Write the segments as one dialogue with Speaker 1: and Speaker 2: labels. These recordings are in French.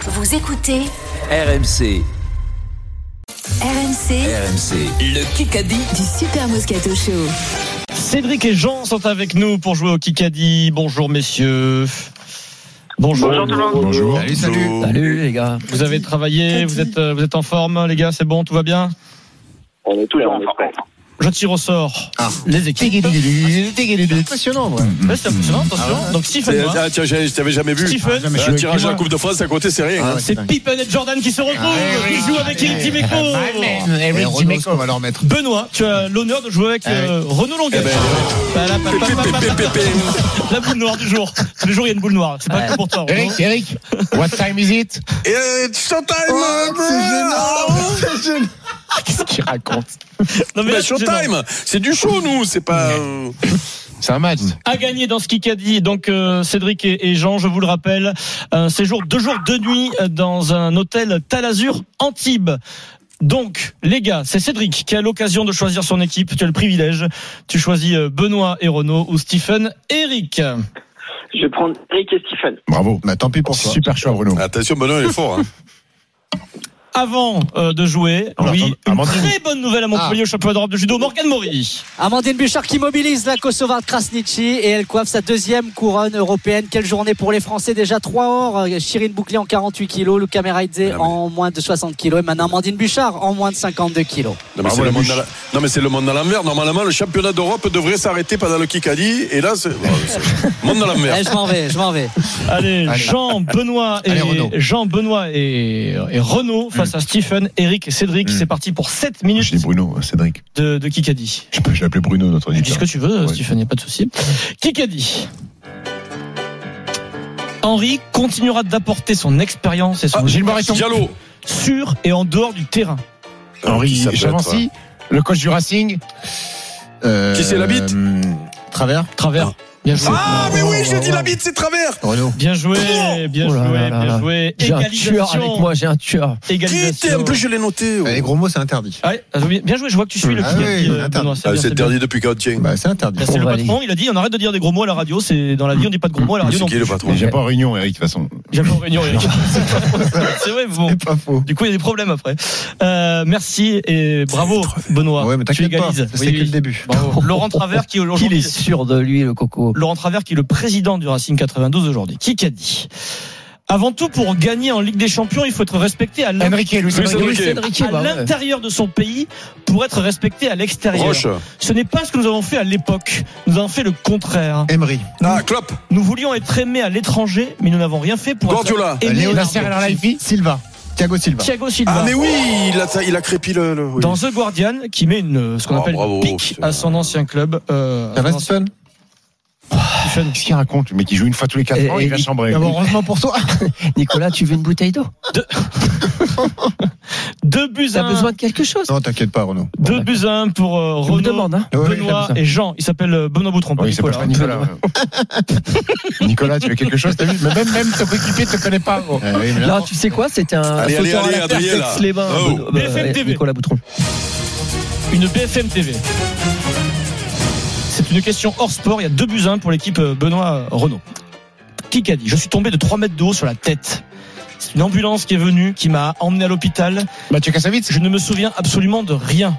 Speaker 1: Vous écoutez
Speaker 2: RMC,
Speaker 1: RMC
Speaker 2: RMC, le Kikadi.
Speaker 1: du Super Moscato Show.
Speaker 3: Cédric et Jean sont avec nous pour jouer au Kikadi. Bonjour messieurs. Bonjour.
Speaker 4: Bonjour tout le monde.
Speaker 5: Bonjour.
Speaker 6: Salut, salut.
Speaker 3: Salut les gars. Vous avez travaillé, vous êtes, euh, vous êtes en forme les gars, c'est bon, tout va bien
Speaker 4: On est toujours en forme.
Speaker 3: Je tire au sort les équipes.
Speaker 5: Impressionnant, ouais.
Speaker 3: Ouais, c'est impressionnant, attention. Donc Stephen, moi,
Speaker 6: Ah, tiens, j'ai- je t'avais jamais vu.
Speaker 3: Stephen,
Speaker 6: Un
Speaker 5: Ah, je-
Speaker 6: tirage à la Coupe de France, à côté, c'est rien. hein.
Speaker 3: c'est Pippen et Jordan qui se retrouvent, qui jouent avec Eric Dimeco.
Speaker 5: Eh, Renaud, on va leur mettre.
Speaker 3: Benoît, tu as l'honneur de jouer avec
Speaker 6: Ah
Speaker 3: euh, Renaud
Speaker 6: Eh
Speaker 3: Longuet.
Speaker 6: ben,
Speaker 3: Bah, là, pa- pa- pa- pa- pa- pa- La boule noire du jour. Tous les jours, il y a une boule noire. C'est pas que pour toi. Renaud.
Speaker 5: Eric, Eric, what time is it
Speaker 6: Et it's showtime, euh, bro.
Speaker 5: Qu'est-ce qu'il raconte
Speaker 3: Non, mais
Speaker 6: Bah,
Speaker 3: là, c'est gênant.
Speaker 6: showtime. C'est du show, nous. C'est pas. euh,
Speaker 5: C'est un match.
Speaker 3: à gagner dans ce Kikadi. Donc euh, Cédric et, et Jean, je vous le rappelle, un séjour deux jours deux nuits euh, dans un hôtel Talazur Antibes. Donc les gars, c'est Cédric qui a l'occasion de choisir son équipe. Tu as le privilège. Tu choisis euh, Benoît et Renaud ou Stephen, Eric.
Speaker 4: Je vais prendre Eric et Stephen.
Speaker 5: Bravo. Bah, tant pis pour toi. Ah. Super choix, Bruno.
Speaker 6: euh, Attention, Benoît, il est fort. hein.
Speaker 3: Avant euh, de jouer,
Speaker 5: On
Speaker 3: oui,
Speaker 5: l'attend-
Speaker 3: une
Speaker 5: Amandine.
Speaker 3: très bonne nouvelle à Montpellier au championnat d'Europe de judo. Morgan Mori.
Speaker 7: Amandine Bouchard qui mobilise la Kosovare Krasniqi et elle coiffe sa deuxième couronne européenne. Quelle journée pour les Français déjà 3 or. euh, Chirine Bouclier en 48 kilos, Luca Meraidze
Speaker 6: Ah, mais-
Speaker 7: en moins de 60 kilos et maintenant Amandine Bouchard en moins de 52 kilos.
Speaker 6: Non, mais
Speaker 5: Bravo,
Speaker 6: c'est le,
Speaker 5: la
Speaker 6: monde
Speaker 5: bouche.
Speaker 6: à la- non, mais c'est le monde à l'envers. Normalement, le championnat d'Europe devrait s'arrêter pendant le Kikadi. Et là, c'est. bon, c'est- monde à l'envers.
Speaker 7: Eh, je m'en vais, je m'en vais.
Speaker 3: Allez,
Speaker 5: Allez.
Speaker 3: Jean, Benoît et
Speaker 5: Allez, Renaud.
Speaker 3: Jean, Benoît et, et Renaud face à Stephen, Eric et Cédric.
Speaker 5: Mm.
Speaker 3: C'est parti pour 7
Speaker 5: Je
Speaker 3: minutes
Speaker 5: dis Bruno, euh, Cédric.
Speaker 3: de, de Kikadi.
Speaker 5: Je peux- je l'appelais Bruno,
Speaker 3: Tu
Speaker 5: notre
Speaker 3: dis ce
Speaker 5: auditeur.
Speaker 3: que tu veux,
Speaker 5: Ouais.
Speaker 3: Stéphane, y a pas de souci. Qui qu'a dit Henri continuera d'apporter son expérience et son
Speaker 6: Ah,
Speaker 3: Gilles
Speaker 6: Diallo.
Speaker 3: sur et en dehors du terrain.
Speaker 6: Qui ça peut
Speaker 5: Henri
Speaker 6: être, hein
Speaker 5: Chavancy, le coach du Racing. Euh,
Speaker 6: Qui c'est la bite
Speaker 5: hum, Travers.
Speaker 3: Travers. Bien joué.
Speaker 6: Ah, mais oui, je dis la bite, c'est travers.
Speaker 5: Renaud.
Speaker 3: Bien joué, bien
Speaker 8: Oh là
Speaker 3: joué,
Speaker 8: là là
Speaker 3: bien
Speaker 8: là.
Speaker 3: joué.
Speaker 8: J'ai un tueur avec
Speaker 3: Égalisation.
Speaker 8: moi, j'ai un tueur.
Speaker 6: Qui t'es
Speaker 3: Égalisation.
Speaker 6: En plus, je l'ai noté. oh.
Speaker 5: Les gros mots, c'est interdit.
Speaker 3: Ah ouais, ah, bien- bien joué, je vois que tu suis le
Speaker 5: Ah
Speaker 3: petit,
Speaker 5: oui,
Speaker 3: euh,
Speaker 5: c'est
Speaker 3: Benoît,
Speaker 6: Ah,
Speaker 3: bien,
Speaker 6: C'est
Speaker 3: bien.
Speaker 6: interdit depuis quand tiens
Speaker 5: Bah, c'est interdit.
Speaker 3: Là, C'est
Speaker 8: On
Speaker 3: le
Speaker 8: va aller.
Speaker 3: patron, il a dit on arrête de dire des gros mots à la radio, c'est dans la vie on dit pas de gros mots à la radio.
Speaker 6: C'est
Speaker 3: non
Speaker 6: qui le
Speaker 3: plus.
Speaker 6: patron
Speaker 5: J'ai pas en réunion, Eric, de toute façon.
Speaker 3: J'ai pas en réunion, Eric. C'est vrai, bon.
Speaker 5: pas faux.
Speaker 3: Du coup, il y a des problèmes après. Euh, merci et bravo, Benoît.
Speaker 5: Ouais, mais
Speaker 3: tu
Speaker 5: t'inquiète pas.
Speaker 3: égalises.
Speaker 5: C'est
Speaker 3: Oui,
Speaker 5: que le
Speaker 3: oui.
Speaker 5: début.
Speaker 3: Bravo. Laurent Travers qui est
Speaker 8: Il est
Speaker 3: aujourd'hui
Speaker 8: sûr de lui, le coco.
Speaker 3: Laurent Travers qui est le président du Racing 92 aujourd'hui. Qui qu'a dit Avant tout, pour gagner en Ligue des Champions, il faut être respecté à l'in-
Speaker 5: Enrique, Luis
Speaker 6: Luis
Speaker 5: Enrique.
Speaker 6: Enrique.
Speaker 8: Ah, Enrique,
Speaker 3: à
Speaker 8: bah ouais.
Speaker 3: l'intérieur de son pays pour être respecté à l'extérieur.
Speaker 6: Roche.
Speaker 3: Ce n'est pas ce que nous avons fait à l'époque. Nous avons fait le contraire.
Speaker 5: Emery.
Speaker 6: Ah, Klopp.
Speaker 3: Nous voulions être aimés à l'étranger, mais nous n'avons rien fait pour
Speaker 6: Guardiola.
Speaker 3: être aimés.
Speaker 5: Nasser Al-Khelaifi. Euh, Silva. Thiago Silva.
Speaker 3: Thiago Silva.
Speaker 6: Ah, mais oui, il a, il a crépi le. le- oui.
Speaker 3: dans The Guardian qui met une, ce qu'on
Speaker 6: Oh,
Speaker 3: appelle
Speaker 6: bravo,
Speaker 3: une pique
Speaker 6: putain.
Speaker 3: à son ancien club. Euh,
Speaker 5: Ça
Speaker 3: à
Speaker 5: va,
Speaker 3: son ancien-
Speaker 5: Stephen
Speaker 3: Stephen.
Speaker 5: Qu'est-ce qu'il raconte Le mec, il joue une fois tous les 4
Speaker 8: Et-
Speaker 5: ans, il
Speaker 8: et-
Speaker 5: va chambrer.
Speaker 8: heureusement pour toi. Nicolas, tu veux une bouteille d'eau
Speaker 3: Deux buts à
Speaker 8: T'as
Speaker 3: un,
Speaker 8: besoin de quelque chose
Speaker 5: Non, t'inquiète pas, Renaud.
Speaker 3: deux buts à un pour euh,
Speaker 8: Je me
Speaker 3: Renaud,
Speaker 8: demande, hein.
Speaker 5: Ouais,
Speaker 3: Benoît
Speaker 8: j'aime ça.
Speaker 3: et Jean. Il s'appelle euh, Benoît Boutron. pas
Speaker 5: Oui, c'est pas
Speaker 3: Nicolas,
Speaker 5: Nicolas.
Speaker 3: hein.
Speaker 5: Nicolas, tu veux quelque chose T'as vu Mais Même, même ton coéquipier te connaît pas. gros.
Speaker 8: Là, tu sais quoi C'était un
Speaker 6: Allez, allez,
Speaker 8: sauteur à
Speaker 6: allez,
Speaker 8: la terre,
Speaker 6: Adrien, là.
Speaker 8: Tex les bains,
Speaker 6: Oh.
Speaker 8: Benoît- bah,
Speaker 3: BFM TV.
Speaker 8: Nicolas Boutron.
Speaker 3: Une BFM TV. C'est une question hors sport. Il y a deux buts à un pour l'équipe euh, Benoît euh, Renaud. Qui qu'a dit Je suis tombé de 3 mètres de haut sur la tête. C'est une ambulance qui est venue, qui m'a emmené à l'hôpital.
Speaker 5: Mathieu Kassavitz
Speaker 3: Je ne me souviens absolument de rien.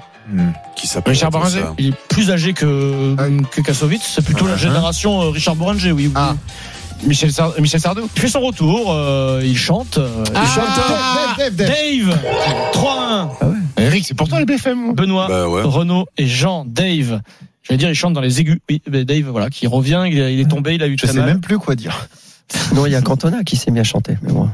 Speaker 6: Qui s'appelle hein.
Speaker 5: Richard
Speaker 6: comme
Speaker 5: Barranger.
Speaker 6: ça
Speaker 3: Il est plus âgé que, euh,
Speaker 5: Ah.
Speaker 3: que Kassovitz. C'est plutôt la
Speaker 5: Ah.
Speaker 3: génération euh, Richard Boranger, oui. oui.
Speaker 5: Ah. Michel, Sar- Michel Sardou
Speaker 3: Il fait son retour, euh, il chante. euh, il chante.
Speaker 5: Dave, Dave, Dave.
Speaker 3: Dave 3-1.
Speaker 5: Eric, c'est pour toi le BFM
Speaker 3: Benoît,
Speaker 6: Bah ouais.
Speaker 3: Renaud et Jean. Dave. J'allais dire, il chante dans les aigus. Oui, mais Dave, voilà, qui revient, il, il est tombé, il a eu
Speaker 5: Je
Speaker 3: très
Speaker 5: sais
Speaker 3: mal.
Speaker 5: même plus quoi dire.
Speaker 8: Non, il y a Cantona qui s'est mis à chanter. Mais bon,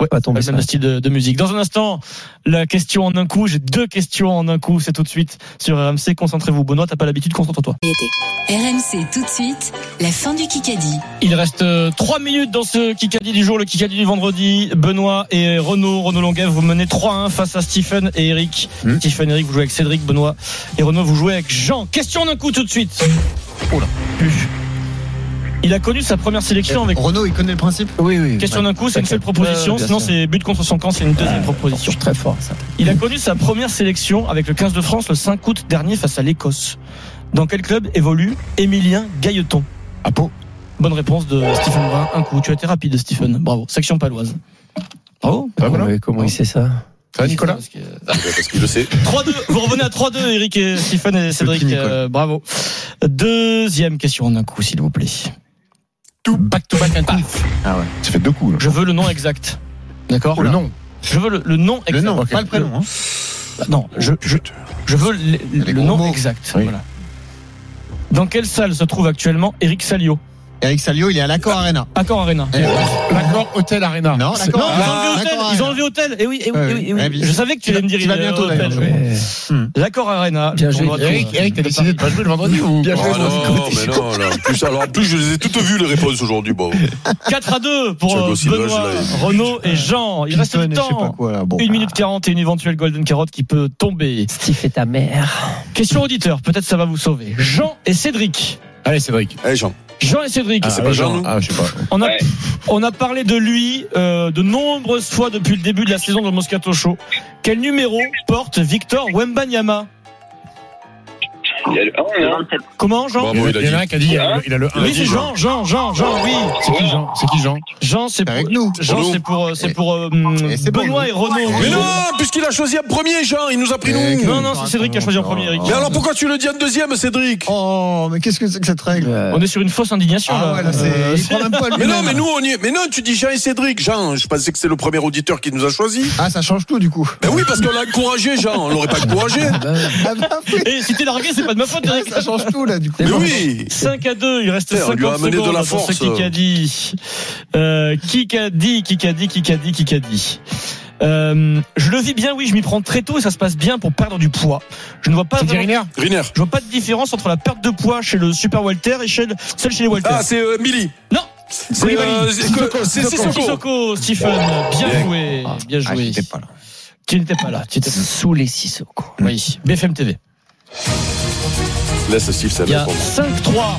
Speaker 3: Ouais,
Speaker 8: pas tombé
Speaker 3: avec
Speaker 8: ça.
Speaker 3: le même style de, de musique. Dans un instant, la question en un coup. J'ai deux questions en un coup. C'est tout de suite sur RMC. Concentrez-vous. Benoît, t'as pas l'habitude, concentre-toi.
Speaker 1: RMC tout de suite, la fin du Kikadi.
Speaker 3: Il reste 3 minutes dans ce Kikadi du jour, le Kikadi du vendredi. Benoît et Renaud, Renaud Longuet, vous menez 3-1 face à Stephen et Eric.
Speaker 8: Hmm.
Speaker 5: Mm.
Speaker 3: Stephen, Eric, vous jouez avec Cédric, Benoît et Renaud, vous jouez avec Jean. Question d'un coup tout de suite. Oh là. Uf. Il a connu sa première sélection avec.
Speaker 5: Renaud, il connaît le principe
Speaker 8: Oui, oui.
Speaker 3: Question
Speaker 8: Eh, ouais.
Speaker 3: d'un coup, c'est une seule
Speaker 8: T'inquiète.
Speaker 3: proposition,
Speaker 8: Ouais, bien
Speaker 3: sinon
Speaker 8: sûr.
Speaker 3: c'est but contre son camp, c'est une deuxième
Speaker 8: Je
Speaker 3: proposition.
Speaker 8: suis très fort, ça.
Speaker 3: Il a connu sa première sélection avec le 15 de France le 5 août dernier face à l'Écosse. Dans quel club évolue Émilien Gailleton Ah,
Speaker 5: À Pau.
Speaker 3: Bonne réponse de Stephen Brun. Un coup. Tu as été rapide, Stephen. Bravo. Section paloise.
Speaker 5: Oh, bah
Speaker 8: Comment-
Speaker 5: voilà.
Speaker 8: Comment il sait ça
Speaker 5: Ah, Nicolas
Speaker 3: Parce que-
Speaker 6: Parce qu'il le sait.
Speaker 3: 3-2, vous revenez à 3-2, Eric et Stéphane et Cédric.
Speaker 5: Nicolas.
Speaker 3: euh, bravo. Deuxième question en un coup, s'il vous plaît.
Speaker 5: Tout back to back.
Speaker 3: Paf.
Speaker 5: Ça fait deux coups. là.
Speaker 3: Je veux le nom exact. D'accord
Speaker 5: Le nom.
Speaker 3: Je veux le, le nom exact.
Speaker 5: Le nom,
Speaker 3: Ok.
Speaker 5: pas le prénom. hein.
Speaker 3: Bah, non, je,
Speaker 9: Oh,
Speaker 3: je, je veux le, le
Speaker 5: Les gros
Speaker 3: nom
Speaker 5: mots.
Speaker 3: exact.
Speaker 5: Oui.
Speaker 3: Voilà. Dans quelle salle se trouve actuellement Eric Salio Ah,
Speaker 9: Eric Salio, il est à l'Accor Arena.
Speaker 3: Accor Arena.
Speaker 9: Eh,
Speaker 5: L'accord Hôtel Arena.
Speaker 9: Non,
Speaker 5: C'est-
Speaker 3: Non,
Speaker 9: l'Accor
Speaker 3: ils
Speaker 9: Arena. L'Accor
Speaker 3: ont enlevé hôtel. Ils ont
Speaker 9: Arena.
Speaker 3: enlevé hôtel. Eh oui, eh oui,
Speaker 9: Ouais,
Speaker 3: eh oui, eh oui.
Speaker 9: ouais,
Speaker 3: Je savais que tu allais me dire.
Speaker 9: tu vas bientôt, d'ailleurs, je
Speaker 3: Ouais.
Speaker 8: Ouais.
Speaker 3: L'accord Arena.
Speaker 8: Bien joué,
Speaker 3: Tournoi de-
Speaker 5: Eric, Eric, t'as décidé de pas jouer le vendredi ou
Speaker 8: Bien joué,
Speaker 6: Ah non, mais non, là. En plus, alors, en plus, je les ai toutes vues, les réponses aujourd'hui. Bon.
Speaker 3: 4 à 2 pour
Speaker 6: Thiago
Speaker 3: euh,
Speaker 6: Silva,
Speaker 3: Benoît,
Speaker 6: je l'avais.
Speaker 3: Renaud et Jean. Il reste
Speaker 9: Piton
Speaker 3: du
Speaker 9: et je sais pas
Speaker 3: temps.
Speaker 9: quoi, là. Bon.
Speaker 3: 1 minute 40 et une éventuelle Golden Carotte qui peut tomber.
Speaker 8: Steve est ta mère.
Speaker 3: Question auditeur, peut-être ça va vous sauver. Jean et Cédric.
Speaker 5: Allez, Cédric.
Speaker 6: Eh, Jean.
Speaker 3: Jean et Cédric,
Speaker 5: Ah,
Speaker 6: c'est
Speaker 5: oui,
Speaker 6: pas Jean,
Speaker 5: Ah, je sais pas.
Speaker 3: on, a, on a parlé de lui euh, de nombreuses fois depuis le début de la saison de Moscato Show. Quel numéro porte Victor Wembanyama
Speaker 4: hein.
Speaker 3: Comment Jean
Speaker 6: Bravo, il a
Speaker 5: Il y en a
Speaker 6: dit.
Speaker 5: un qui a dit il a le- il a le 1.
Speaker 3: Oui, c'est Jean, Jean, Jean, Jean, oui.
Speaker 5: C'est qui Jean C'est qui Jean
Speaker 3: Jean, c'est pour,
Speaker 9: Avec nous.
Speaker 3: Jean,
Speaker 6: Renaud.
Speaker 3: c'est pour, euh, c'est
Speaker 9: Et-
Speaker 3: pour euh,
Speaker 9: et c'est bon,
Speaker 3: Benoît
Speaker 9: nous.
Speaker 3: et Renaud.
Speaker 6: Mais non, puisqu'il a choisi un premier, Jean, il nous a pris
Speaker 9: Eh,
Speaker 6: nous.
Speaker 3: Non, non, c'est Cédric qui a choisi en premier, Eric.
Speaker 6: Mais alors, pourquoi tu le dis en deuxième, Cédric
Speaker 9: Oh, mais qu'est-ce que c'est que cette règle
Speaker 8: Euh,
Speaker 3: On est sur une fausse indignation
Speaker 9: Ah ouais, là, c'est.
Speaker 3: Euh,
Speaker 9: il prend même pas
Speaker 6: Mais
Speaker 9: lui-même.
Speaker 6: non, mais nous, on y est. Mais non, tu dis Jean et Cédric. Jean, je pensais que c'est le premier auditeur qui nous a choisi.
Speaker 9: Ah, ça change tout, du coup.
Speaker 6: Ben oui, parce qu'on l'a encouragé, Jean. On l'aurait pas encouragé.
Speaker 9: Ah, bah, oui.
Speaker 3: Et Eh, si t'es largué, c'est pas de ma faute, Eric.
Speaker 9: Ah, Ça change tout, là, du coup.
Speaker 6: Mais oui.
Speaker 3: 5 à 2, il reste
Speaker 6: Putain, on
Speaker 3: 50
Speaker 6: lui a
Speaker 3: secondes
Speaker 6: amené de la
Speaker 3: pour
Speaker 6: force.
Speaker 3: ce Kikadi. Euh, Kikadi, Kikadi, Kikadi, Kikadi. Euh, je le vis bien, oui, je m'y prends très tôt et ça se passe bien pour perdre du poids. Je ne vois pas,
Speaker 5: C'est
Speaker 3: vraiment-
Speaker 5: Guériner
Speaker 6: Riner.
Speaker 3: je vois pas de différence entre la perte de poids chez le super Walter et chez le- celle chez les Walter.
Speaker 6: Ah, c'est euh, Milly.
Speaker 3: Non.
Speaker 6: C'est euh, c'est- que- c'est Sissoko.
Speaker 3: Sissoko, Stephen, bien
Speaker 6: Bien.
Speaker 3: joué, bien
Speaker 9: Ah,
Speaker 3: joué.
Speaker 9: j'étais pas là.
Speaker 3: Tu n'étais pas là, tu étais
Speaker 8: Sous les Sissoko.
Speaker 3: oui. BFM TV.
Speaker 6: Eh Laisse Steve, ça
Speaker 3: Il y
Speaker 6: va
Speaker 3: a
Speaker 6: répondre.
Speaker 3: 5-3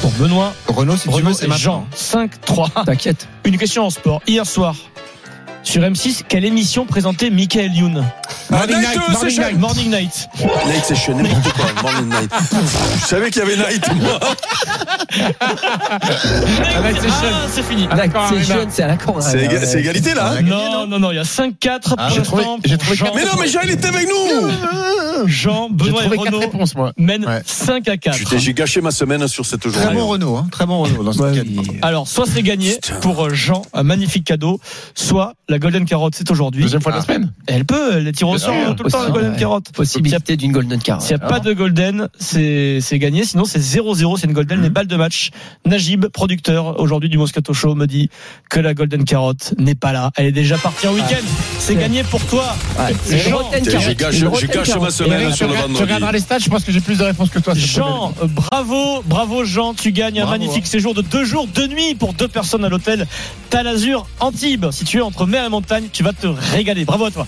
Speaker 3: pour Benoît,
Speaker 9: Renault, si tu
Speaker 3: Renaud
Speaker 9: veux, c'est
Speaker 3: et
Speaker 9: maintenant.
Speaker 3: Jean. 5-3.
Speaker 8: T'inquiète.
Speaker 3: Une question en sport. Hier soir, sur M6, quelle émission présentait Michael Youn
Speaker 6: Ah, Night, euh,
Speaker 3: Morning
Speaker 6: Session.
Speaker 3: Night. Morning Night.
Speaker 6: Night Session, n'importe quoi. Morning Night. Je savais qu'il y avait Night, moi.
Speaker 5: Night Session.
Speaker 3: Ah, c'est fini.
Speaker 5: Ah, d'accord,
Speaker 8: C'est
Speaker 5: Arena.
Speaker 8: jeune, c'est à la hein. Ah corde.
Speaker 6: C'est éga- c'est égalité, là. hein
Speaker 3: Non, non, non, il y a 5-4
Speaker 5: Ah,
Speaker 3: pour
Speaker 5: j'ai trouvé-
Speaker 3: l'instant
Speaker 5: j'ai
Speaker 3: pour
Speaker 5: trouvé
Speaker 3: Jean,
Speaker 6: Mais non, mais Jean, il était avec nous.
Speaker 3: Jean,
Speaker 5: J'ai
Speaker 3: Benoît et
Speaker 5: trouvé quatre
Speaker 3: Renaud
Speaker 5: réponses, moi.
Speaker 3: mènent
Speaker 9: Ouais.
Speaker 3: 5 à 4.
Speaker 6: Putain, j'ai gâché ma semaine sur cette
Speaker 9: hein. Très
Speaker 6: journée.
Speaker 9: bon Renault, hein. Très bon Renault dans ce cas.
Speaker 3: Alors, soit c'est gagné
Speaker 6: Putain.
Speaker 3: pour euh, Jean, un magnifique cadeau, soit la Golden Carotte, c'est aujourd'hui. Ah,
Speaker 5: Deuxième fois
Speaker 9: Ah.
Speaker 5: de la Ah, semaine
Speaker 3: Elle peut, elle tire au
Speaker 5: Bien
Speaker 3: sort hein,
Speaker 5: sûr,
Speaker 3: tout le temps, la
Speaker 8: possible,
Speaker 3: Golden
Speaker 8: ouais.
Speaker 3: Carotte.
Speaker 8: Possibilité d'une golden car.
Speaker 3: S'il n'y a pas de golden, c'est c'est gagné. Sinon, c'est 0-0, c'est une golden. Les balles de match. Najib, producteur aujourd'hui du Moscato Show, me dit que la golden carotte n'est pas là. Elle est déjà partie en week-end. C'est gagné pour toi.
Speaker 8: Ouais, c'est une
Speaker 3: Jean-
Speaker 8: golden
Speaker 6: Putain,
Speaker 8: car.
Speaker 6: J'ai gâché, j'ai gâché ma semaine
Speaker 5: Eric, tu
Speaker 6: sur le
Speaker 5: regardes- tu
Speaker 6: vendredi.
Speaker 5: regarderas les stats, je pense que j'ai plus de réponses que toi. cette semaine.
Speaker 3: Jean, euh, bravo, bravo Jean, tu gagnes un
Speaker 5: Bravo,
Speaker 3: magnifique séjour de deux jours, deux nuits pour deux personnes à l'hôtel Talazur Antibes, situé entre mer et montagne. Tu vas te régaler. Bravo à toi.